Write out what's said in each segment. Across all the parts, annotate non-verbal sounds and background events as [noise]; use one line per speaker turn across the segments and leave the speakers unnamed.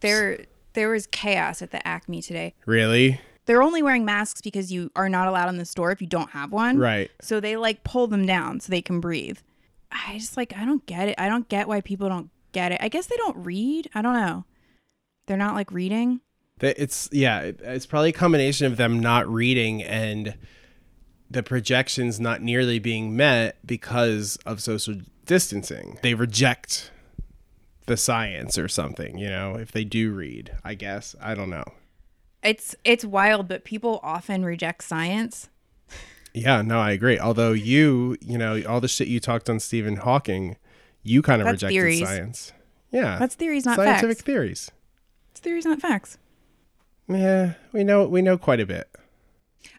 There there was chaos at the Acme today.
Really?
They're only wearing masks because you are not allowed in the store if you don't have one.
Right.
So they like pull them down so they can breathe. I just like I don't get it. I don't get why people don't get it. I guess they don't read. I don't know. They're not like reading.
That it's yeah, it- it's probably a combination of them not reading and the projections not nearly being met because of social distancing. They reject the science or something, you know, if they do read, I guess. I don't know.
It's it's wild, but people often reject science.
Yeah, no, I agree. Although you, you know, all the shit you talked on Stephen Hawking, you kind of
That's
rejected
theories.
science. Yeah.
That's theories, not
scientific
facts.
theories.
It's theories, not facts.
Yeah, we know we know quite a bit.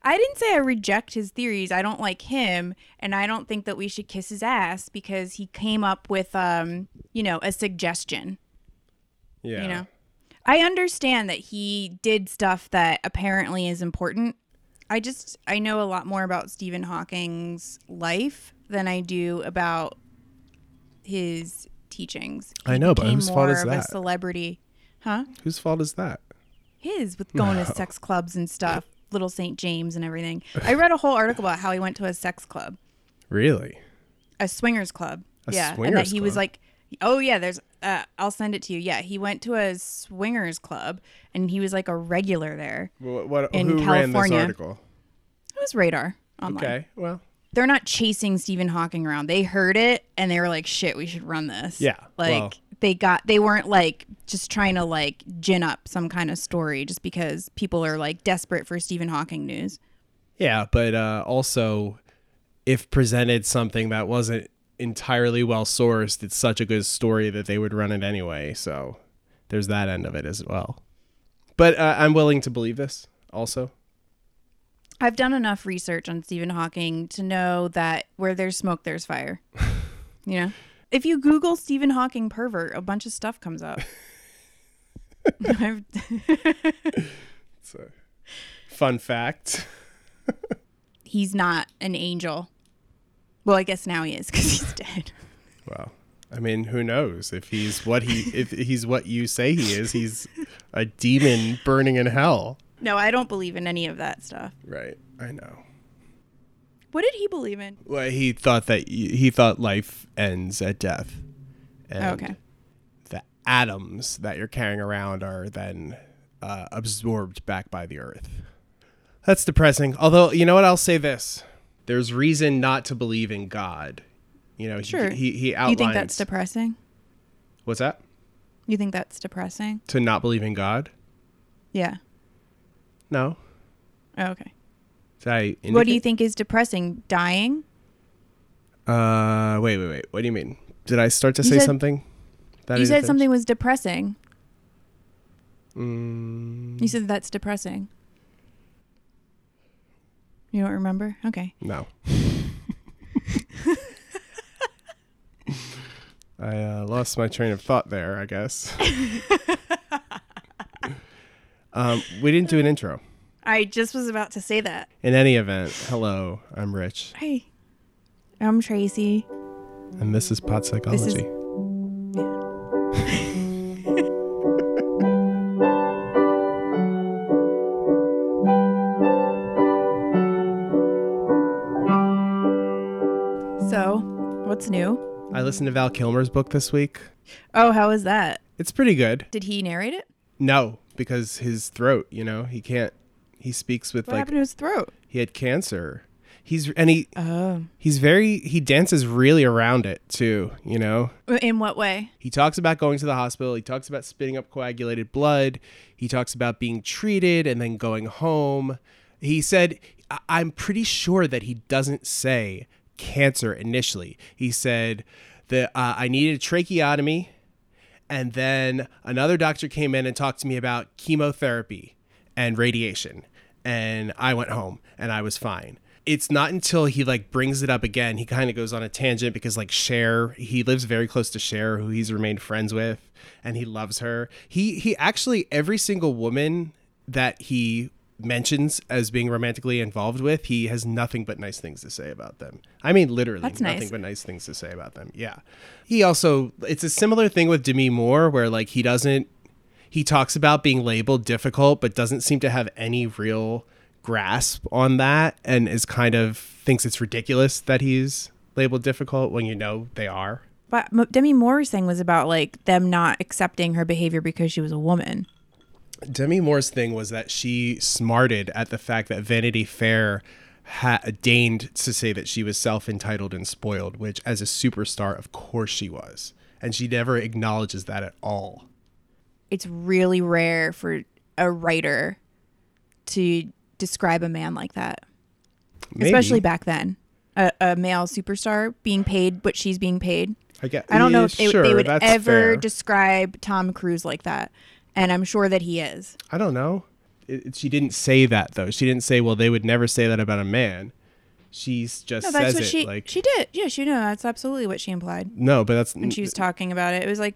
I didn't say I reject his theories. I don't like him, and I don't think that we should kiss his ass because he came up with, um, you know, a suggestion.
Yeah.
You know, I understand that he did stuff that apparently is important. I just I know a lot more about Stephen Hawking's life than I do about his teachings. He
I know, but
became
Oh, whose fault
more
is
of a
that?
celebrity, huh?
Whose fault is that?
his with going to sex clubs and
[laughs]
stuff, little St. James and everything. I read a whole article about how he went to a sex club,
Really?
a swingers club.
A
yeah, and that
swingers
he was
club?
like, oh yeah, there's. Uh, I'll send it to you. Yeah, he went to a swingers club and he was like a regular there.
What, what,
In
who ran this
California.
article?
It was radar online.
Okay. Well,
They're not chasing Stephen Hawking around. They heard it and they were like, shit, we should run this.
Yeah,
Like
well-
they got they weren't like just trying to like gin up some kind of story just because people are like desperate for Stephen Hawking news.
yeah, but uh, also, if presented something that wasn't entirely well sourced, it's such a good story that they would run it anyway. So there's that end of it as well. But uh, I'm willing to believe this also.
I've done enough research on Stephen Hawking to know that where there's smoke,
[laughs]
there's fire. you know, if you Google Stephen Hawking pervert, a bunch of stuff
[laughs]
comes up. [laughs] I've-
It's a fun fact. [laughs]
he's not an angel. Well, I guess now he is because he's dead.
Well, I mean, who knows if he's what he if he's what you say he is? He's a demon burning in hell.
No, I don't believe in any of that stuff.
Right. I know.
What did he believe in?
Well, he thought that he thought life ends at death. And
Oh, okay.
The atoms that you're carrying around are then uh, absorbed back by the earth. That's depressing. Although, you know what? I'll say this: there's reason not to believe in God. You know, he-
Sure.
he he outlines.
You think that's depressing?
what's that?
You think that's depressing?
To not believe in God?
Yeah.
No.
Oh, okay.
Did I
What do you
indicate-
think is depressing? Dying?
Uh, wait, wait, wait. What do you mean? Did I start to
You
say
said-
something? That I
you
didn't
said
finish?
something was depressing.
Mm,
You said that's depressing. You don't remember? Okay.
no. I uh, lost my train of thought there. I guess. um, we didn't do an intro.
I just was about to say that.
In any event, hello. I'm Rich,
Hey. I'm Tracy.
and this is Pod Psychology.
So, what's new?
I listened to Val Kilmer's book this week.
Oh, how is that?
It's pretty good.
Did he narrate it?
No, because his throat. You know, he can't. He speaks with
What
like
happened to his throat?
he had cancer. He's and he
Oh.
he's very he dances really around it too, you know.
In what way?
He talks about going to the hospital, he talks about spitting up coagulated blood, he talks about being treated and then going home. He said I- I'm pretty sure that he doesn't say cancer initially. He said that uh, I needed a tracheotomy and then another doctor came in and talked to me about chemotherapy and radiation. And I went home and I was fine. It's not until he like brings it up again, he kind of goes on a tangent because like Cher, he lives very close to Cher, who he's remained friends with, and he loves her. He he actually every single woman that he mentions as being romantically involved with, he has nothing but nice things to say about them. I mean literally
That's
nothing
nice.
but nice things to say about them. Yeah. He also it's a similar thing with Demi Moore where like he doesn't He talks about being labeled difficult, but doesn't seem to have any real grasp on that and is kind of thinks it's ridiculous that he's labeled difficult when you know they are.
But M- Demi Moore's thing was about like them not accepting her behavior because she was a woman.
Demi Moore's thing was that she smarted at the fact that Vanity Fair ha- deigned to say that she was self entitled and spoiled, which, as a superstar, of course she was. And she never acknowledges that at all.
It's really rare for a writer to describe a man like that,
Maybe.
especially back then. A, a male superstar being paid what she's being paid.
I, get,
I don't know if they,
Yeah,
they would
that's
ever
fair.
describe Tom Cruise like that. And I'm sure that he is.
I don't know. It, it- she didn't say that though. She didn't say, "Well, they would never say that about a man." She's just
No,
says
that's what
it
she
like
she did. Yeah, she no, that's absolutely what she implied
no, but that's
when she was talking about it. It was like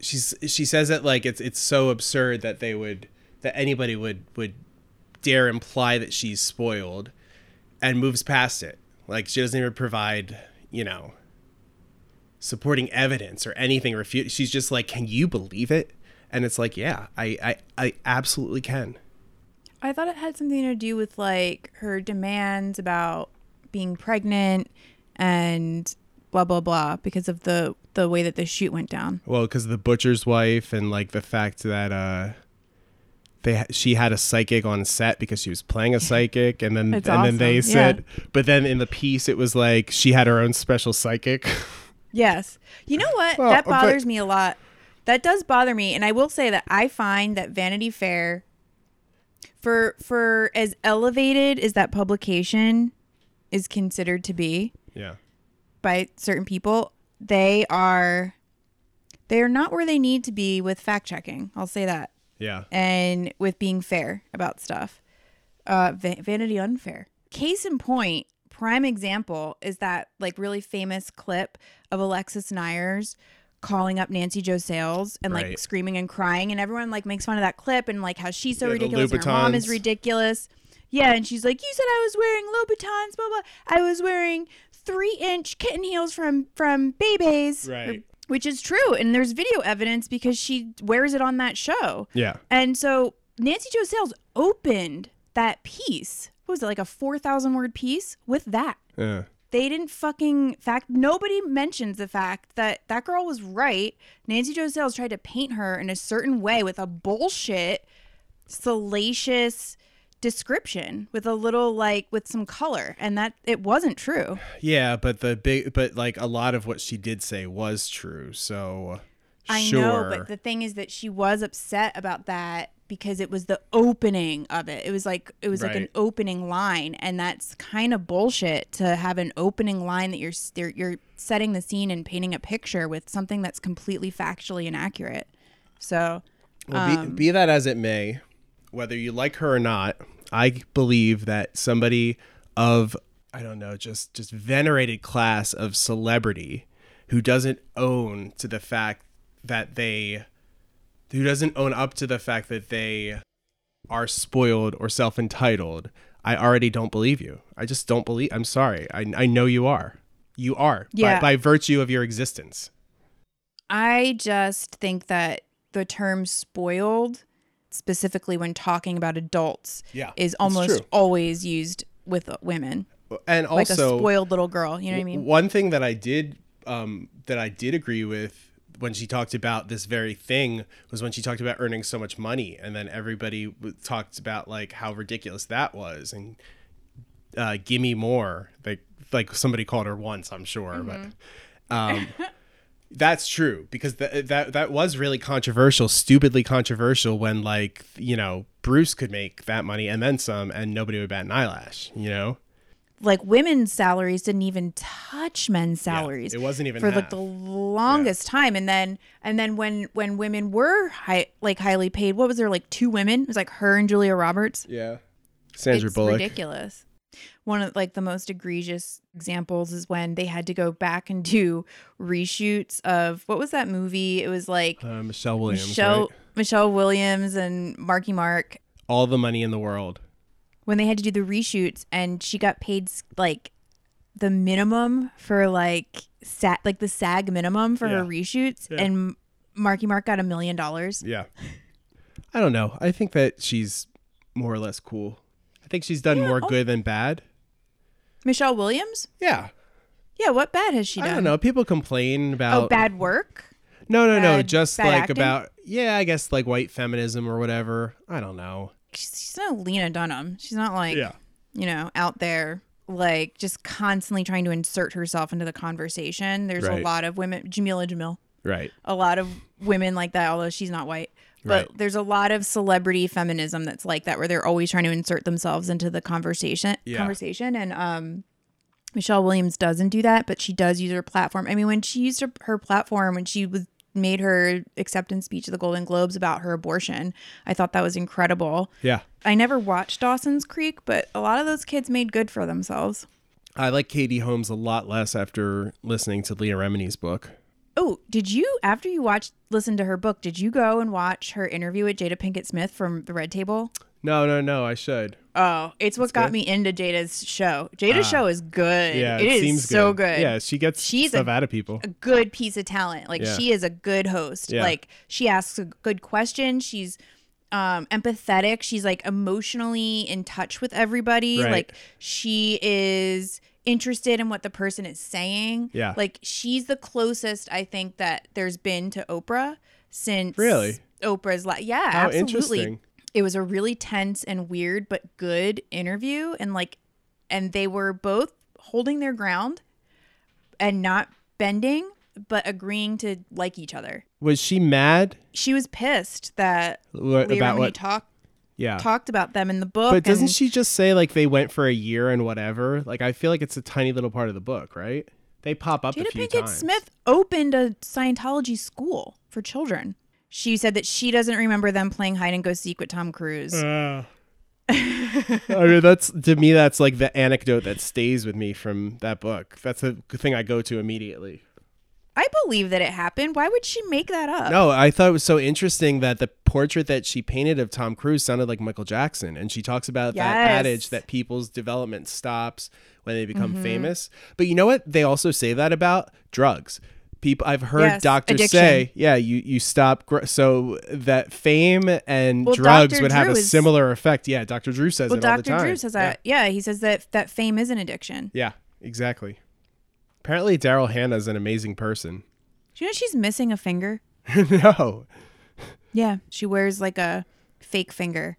she's she says it like it's it's so absurd that they would that anybody would would dare imply that she's spoiled and moves past it like she doesn't even provide you know supporting evidence or anything refute she's just like can you believe it and it's like yeah i i, I absolutely can
I thought it had something to do with like her demands about being pregnant and blah blah blah because of the the way that the shoot went down.
well because the butcher's wife and like the fact that uh they ha- she had a psychic on set because she was
[laughs]
playing a psychic and then and
That's
then they
awesome, yeah.
said but then in the piece it was like she had her own special psychic [laughs]
Yes. You know what?
Well,
that
but-
bothers me a lot. That does bother me, and I will say that I find that Vanity Fair, for for as elevated as that publication is considered to be
yeah
by certain people, they are they are not where they need to be with fact checking. I'll say that,
yeah
and with being fair about stuff. Uh, va- Vanity Unfair. Case in point, prime example is that like really famous clip of Alexis Nyers calling up Nancy Jo Sales and like
Right.
screaming and crying, and everyone like makes fun of that clip and like how she's so
Yeah, the
ridiculous and her mom is
Louboutins.
ridiculous. Yeah, and she's like, "You said I was wearing Louboutins, blah blah. I was wearing three inch kitten heels from from Bebe's,
Right.
Which is true, and there's video evidence because she wears it on that show.
yeah
And so Nancy Jo Sales opened that piece. What was it like a 4,000 word piece with that?
yeah
They didn't fucking fact. Nobody mentions the fact that that girl was right. Nancy Jo Sales tried to paint her in a certain way with a bullshit, salacious description with a little like with some color, and that it wasn't true.
yeah but the big but like a lot of what she did say was true so
I
sure
know, but the thing is that she was upset about that because it was the opening of it. It was like it was like an
Right.
opening line, and that's kind of bullshit to have an opening line that you're s- you're- you're setting the scene and painting a picture with something that's completely factually inaccurate. So
Well, be, be
Um,
that as it may, whether you like her or not, I believe that somebody of I don't know, just just venerated class of celebrity who doesn't own to the fact that they who doesn't own up to the fact that they are spoiled or self-entitled, I already don't believe you. I just don't believe I'm sorry. I I know you are. You are
Yeah.
by, by virtue of your existence.
I just think that the term spoiled, specifically when talking about adults,
Yeah,
is
it's
almost
true.
always used with women,
And
like
also
a spoiled little girl. You know what I mean?
One thing that I did um, that I did agree with when she talked about this very thing was when she talked about earning so much money, and then everybody w- talked about like how ridiculous that was, and uh, gimme more. Like like somebody called her once, I'm sure,
Mm-hmm.
but. Um, [laughs] that's true because th- that that was really controversial, stupidly controversial. When like you know Bruce could make that money and then some, and nobody would bat an eyelash. You know,
like women's salaries didn't even touch men's salaries
it wasn't even
for like
half.
the longest time and then and then when when women were high like highly paid what was there like two women it was like her and julia roberts
Yeah. Sandra
it's
Bullock.
ridiculous one of like the most egregious examples is when they had to go back and do reshoots of what was that movie it was like
Uh, Michelle Williams.
michelle
right?
michelle williams and marky mark
All the money in the world.
when they had to do the reshoots and she got paid s- like the minimum for like sat like the sag minimum for her
Yeah.
reshoots
Yeah.
and Marky Mark got a million dollars.
Yeah. I don't know. I think that she's more or less cool. I think she's done
oh.
more good than bad.
Michelle Williams?
Yeah.
Yeah, what bad has she done?
I don't know. People complain about
Oh, bad work?
No, no, no.
bad-
Just
bad
like
acting?
about yeah, I guess like white feminism or whatever. I don't know.
She's, she's not Lena Dunham. She's not like, you know, out there like just constantly trying to insert herself into the conversation. There's
Right.
a lot of women, Jamila Jamil,
Right.
a lot of women like that, although she's not white. But
Right.
there's a lot of celebrity feminism that's like that, where they're always trying to insert themselves into the conversation.
Yeah.
Conversation and um, Michelle Williams doesn't do that, but she does use her platform. I mean, when she used her, her platform when she was made her acceptance speech at the Golden Globes about her abortion, I thought that was incredible.
Yeah.
I never watched Dawson's Creek, but a lot of those kids made good for themselves.
I like Katie Holmes a lot less after listening to Leah Remini's book.
Oh, did you after you watched listen to her book, did you go and watch her interview with Jada Pinkett Smith from the Red Table?
No, no, no. I should.
Oh, it's what got me into Jada's show. Jada's show is good.
Yeah.
it is
seems
so good.
Yeah. She gets
She's
stuff
a-
out of people.
A good piece of talent. Like
Yeah.
she is a good host.
Yeah.
Like she asks a good question. She's um empathetic. She's like emotionally in touch with everybody.
Right.
Like she is interested in what the person is saying.
Yeah.
Like she's the closest I think that there's been to Oprah since
Really?
Oprah's like yeah,
How
absolutely
interesting.
it was a really tense and weird but good interview and like and they were both holding their ground and not bending but agreeing to like each other
Was she mad
she was pissed that
What-
Leah
about
Remini
what?
talk,
Yeah.
talked about them in the book
But doesn't
and
she just say like they went for a year and whatever? Like I feel like it's a tiny little part of the book, right? They pop up a
Jada
few
Pinkett
times.
Smith opened a Scientology school for children she said that she doesn't remember them playing hide and go seek with Tom Cruise
Mm. I mean, that's to me that's like the anecdote that stays with me from that book. That's the thing I go to immediately.
I believe that it happened why would she make that up
No, I thought it was so interesting that the portrait that she painted of Tom Cruise sounded like Michael Jackson. And she talks about that
Yes. Mm-hmm.
adage that people's development stops when they become famous. But you know what? They also say that about drugs. People, I've heard
Yes,
doctors
addiction.
say, yeah, you, you stop. Gr- so that fame and
Well,
drugs
Dr.
would have
Drew
a
is-
similar effect. Yeah, Dr. Drew says
well
it all the
Dr.
time.
Drew says that yeah he says that that fame is an addiction
Yeah, exactly. Apparently, Daryl Hannah is an amazing person. [laughs]
Do you know she's missing a finger?
no.
Yeah. She wears like a fake finger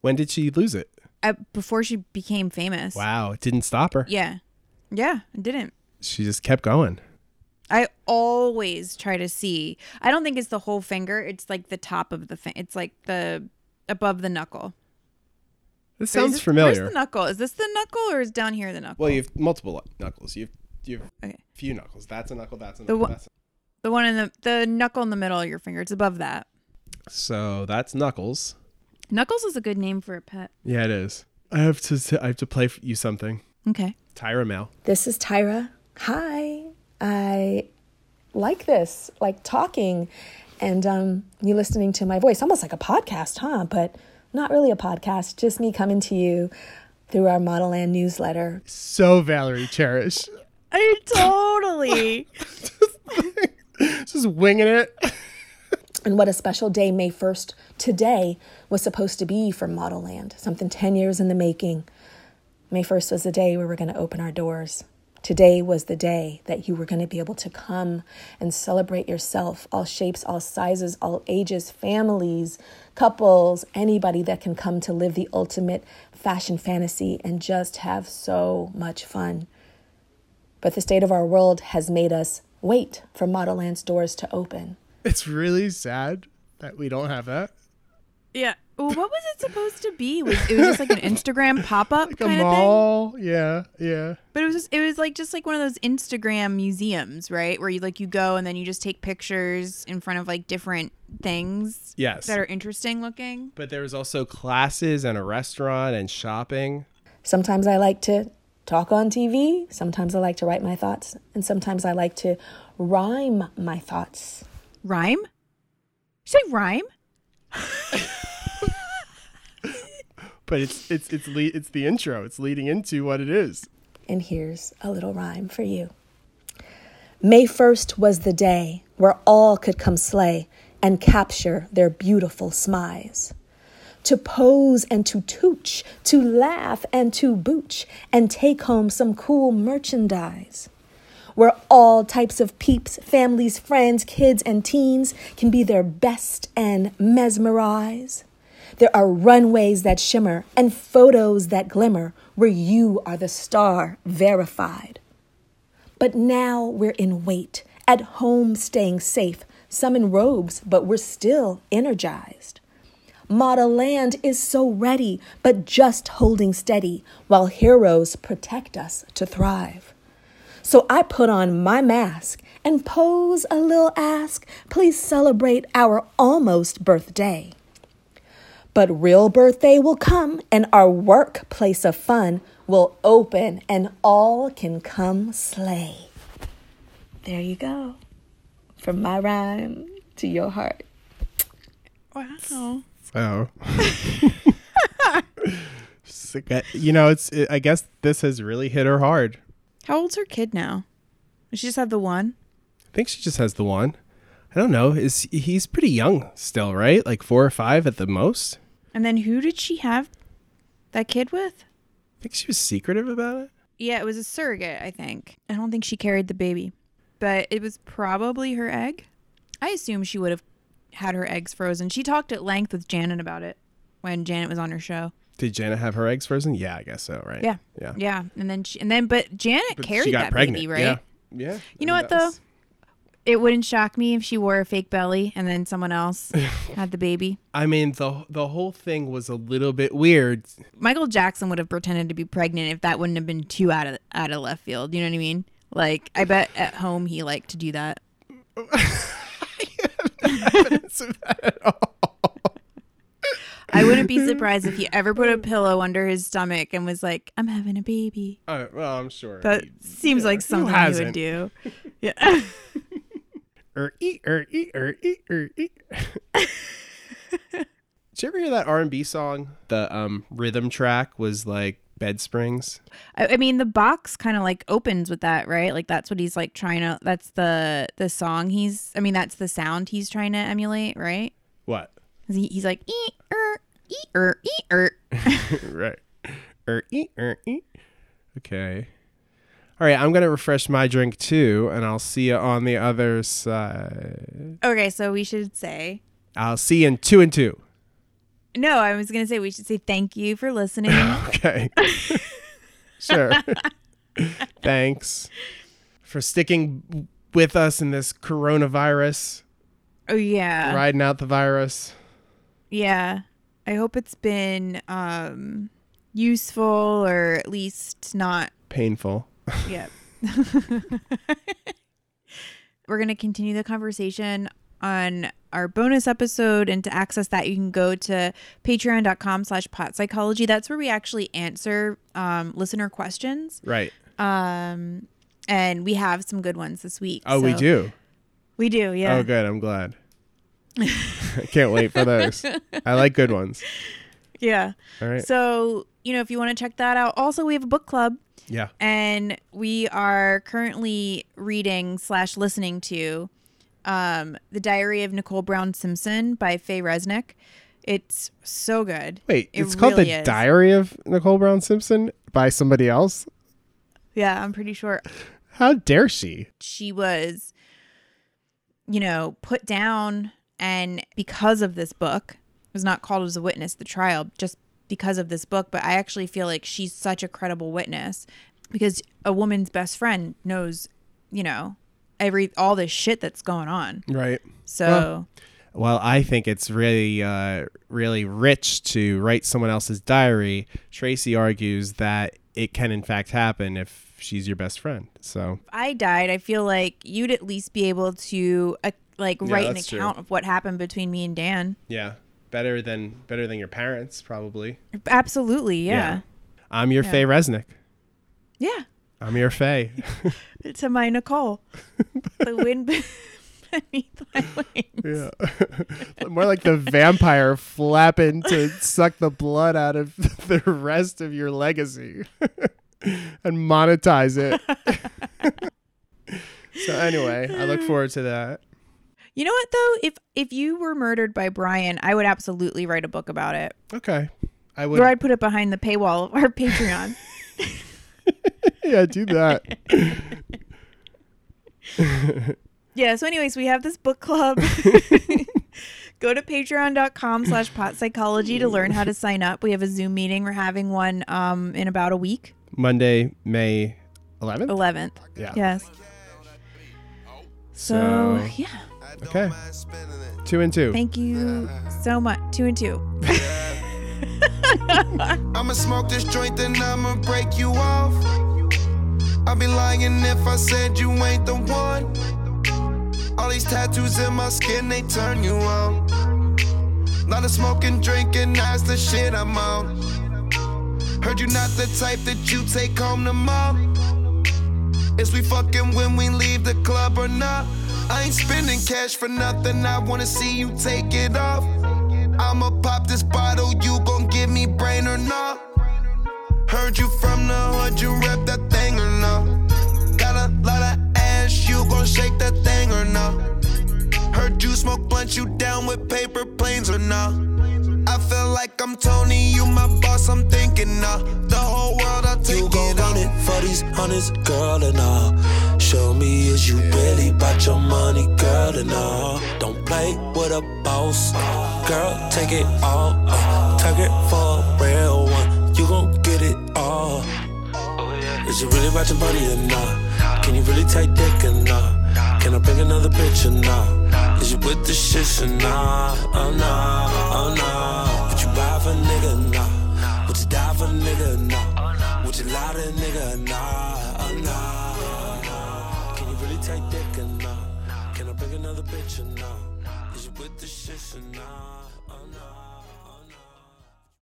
When did she lose it?
uh, before she became famous.
Wow, it didn't stop her.
Yeah. Yeah, I didn't.
She just kept going.
I always try to see. I don't think it's the whole finger. It's like the top of the finger. It's like the above the knuckle.
This
Or is
sounds
this-
familiar.
Where's the knuckle? Is this the knuckle or is down here the knuckle?
well, you have multiple knuckles. You have, you have
Okay.
a few knuckles. That's a knuckle. That's a
The
knuckle.
wha-
that's
The one in the the knuckle in the middle of your finger. It's above that.
a- so that's knuckles.
Knuckles is a good name for a pet.
Yeah, it is. I have to. I have to play for you something.
Okay.
Tyra Mail.
This is Tyra. Hi. I like this, like talking and um, you listening to my voice, almost like a podcast, huh? But not really a podcast, just me coming to you through our Model Land newsletter.
So Valerie Cherish, [laughs]
I [laughs] totally.
just winging it.
And what a special day May 1st today was supposed to be for Model Land, something 10 years in the making. May 1st was the day we were going to open our doors. Today was the day that you were going to be able to come and celebrate yourself, all shapes, all sizes, all ages, families, couples, anybody that can come to live the ultimate fashion fantasy and just have so much fun. But the state of our world has made us wait for Model Land's doors to open.
It's really sad that we don't have that.
yeah. Well, what was it supposed to be? Was it was just like an Instagram pop up kind of thing?
Yeah, yeah.
But it was just, it was like just like one of those Instagram museums, right? Where you like you go and then you just take pictures in front of like different things
Yes.
that are interesting looking.
But there was also classes and a restaurant and shopping.
Sometimes I like to talk on TV. Sometimes I like to write my thoughts. And sometimes I like to rhyme my thoughts.
Rhyme? Did you say rhyme?
But it's it's it's le- it's the intro. It's leading into what it is.
And here's a little rhyme for you. May 1st was the day where all could come slay and capture their beautiful smiles. To pose and to tooch, to laugh and to booch, and take home some cool merchandise. Where all types of peeps, families, friends, kids, and teens can be their best and mesmerize. There are runways that shimmer and photos that glimmer where you are the star verified. But now we're in wait, at home staying safe, some in robes, but we're still energized. Model land is so ready, but just holding steady while heroes protect us to thrive. So I put on my mask and pose a little ask, please celebrate our almost birthday. But real birthday will come and our workplace of fun will open and all can come slay. There you go. From my rhyme to your heart.
Wow.
Oh. [laughs] Sick. I- you know, it's. It, I guess this has really hit her hard.
How old's her kid now? Does she just have the one?
I think she just has the one. I don't know. Is he's pretty young still, right? Like four or five at the most.
And then who did she have that kid with?
I think she was secretive about it.
Yeah, it was a surrogate, I think. I don't think she carried the baby, but it was probably her egg. I assume she would have had her eggs frozen. She talked at length with Janet about it when Janet was on her show.
Did Janet have her eggs frozen? Yeah, I guess so, right?
Yeah.
Yeah.
Yeah, and then she and then but Janet
But
carried that baby, right?
Yeah. Yeah.
You know
And
what,
that
though?
was-
It wouldn't shock me if she wore a fake belly and then someone
[laughs]
else had the baby.
I mean, the the whole thing was a little bit weird. [laughs]
Michael Jackson would have pretended to be pregnant if that wouldn't have been too out of out of left field. You know what I mean? Like I bet at home he liked to do that.
Evidence of that at all.
I wouldn't be surprised if he ever put a pillow under his stomach and was like, "I'm having a baby."
Uh, well, I'm sure.
That seems like something he would
hasn't?
do. Yeah. [laughs]
er ee er ee er ee er ee. Did you ever hear that R and B song? The um rhythm track was like bed springs.
I, I mean, the box kind of like opens with that, right? Like that's what he's like trying to. That's the the song he's. I mean, that's the sound he's trying to emulate, right?
What?
'Cause He, he's like ee er ee er ee er.
right. Er ee er ee. Okay. All right, I'm gonna refresh my drink too, and I'll see you on the other side.
Okay, so we should say
I'll see you in two and two. [laughs]
no. I was gonna say we should say thank you for listening.
[laughs] Okay. sure. Thanks for sticking with us in this coronavirus,
oh yeah,
riding out the virus.
yeah. I hope it's been um useful or at least not
Painful.
Yep. [laughs] We're going to continue the conversation on our bonus episode and to access that you can go to patreon.com slash pot psychology that's where we actually answer um, listener questions
Right.
um, and we have some good ones this week
Oh, we
so-
do.
we do yeah
Oh, good. I'm
[laughs]
glad. [laughs] I can't wait for those. I like good ones.
yeah
All right.
so you know if you want to check that out also we have a book club
yeah.
and we are currently reading slash listening to um, the diary of nicole brown simpson by faye resnick it's so good
Wait,
It
it's called
really
The
is.
Diary of Nicole Brown Simpson by somebody else?
yeah i'm pretty sure
How dare she?
she was you know put down and because of this book was not called as a witness at the trial just because of this book but i actually feel like she's such a credible witness because a woman's best friend knows you know every all this shit that's going on
Right.
So
Well- Well, I think it's really, uh, really rich to write someone else's diary. Tracy argues that it can, in fact, happen if she's your best friend. So,
if I died, I feel like you'd at least be able to uh, like write an
that's true.
account of what happened between me and Dan.
yeah, better than better than your parents, probably.
Absolutely, yeah,
I'm your Faye Resnick.
yeah.
I'm your Faye.
To my Nicole,
[laughs]
the wind [laughs] beneath my wings.
yeah. More like the vampire flapping to suck the blood out of [laughs] the rest of your legacy [laughs] and [laughs] monetize it. so, anyway, I look forward to that.
You know what though? If if you were murdered by Brian, I would absolutely write a book about it.
Okay. I would
Or I'd put it behind the paywall of our Patreon.
Yeah, do that.
yeah, so anyways, we have this book club. [laughs] Go to patreon.com slash pot psychology to learn how to sign up. We have a Zoom meeting. We're having one um in about a week.
Monday, May 11th.
Eleventh.
Yeah.
Yes. So,
So-
yeah.
Okay. Two and two.
Thank you so much. Two and two.
I'ma smoke this joint and I'ma break you off. I'd be lying if I said you ain't the one. All these tattoos in my skin, they turn you on. Lot of smoking, drinking, that's the shit I'm on. Heard you not the type that you take home to mom. Is we fucking when we leave the club or not? I ain't spending cash for nothing, I wanna see you take it off. I'ma pop this bottle, you gon' give me brain or not? Heard you from the hood, you rep that thing or not? Got a lot of ass, you gon' shake that thing or not? Heard you smoke blunt, you down with paper planes or not? I feel like I'm Tony, you my boss, I'm thinking nah. The whole world, I take
You gon'
it all.
run it for these hundreds, girl, and all. Show me is you really about your money, girl, and all. Don't play with a boss, girl. Take it all, uh, take it for a real one. You gon' get it all. Is you really about your money or not? Can you really take dick or not? Can I bring another bitch or not? Is you with the shits or not? Oh no, oh no. Would you buy for a nigga or not? Would you die for a nigga or not? Would you lie to a nigga or not? Oh no, oh no. Can you really take dick or not? Can I bring another bitch or not? Is you with the shits or not? Oh no.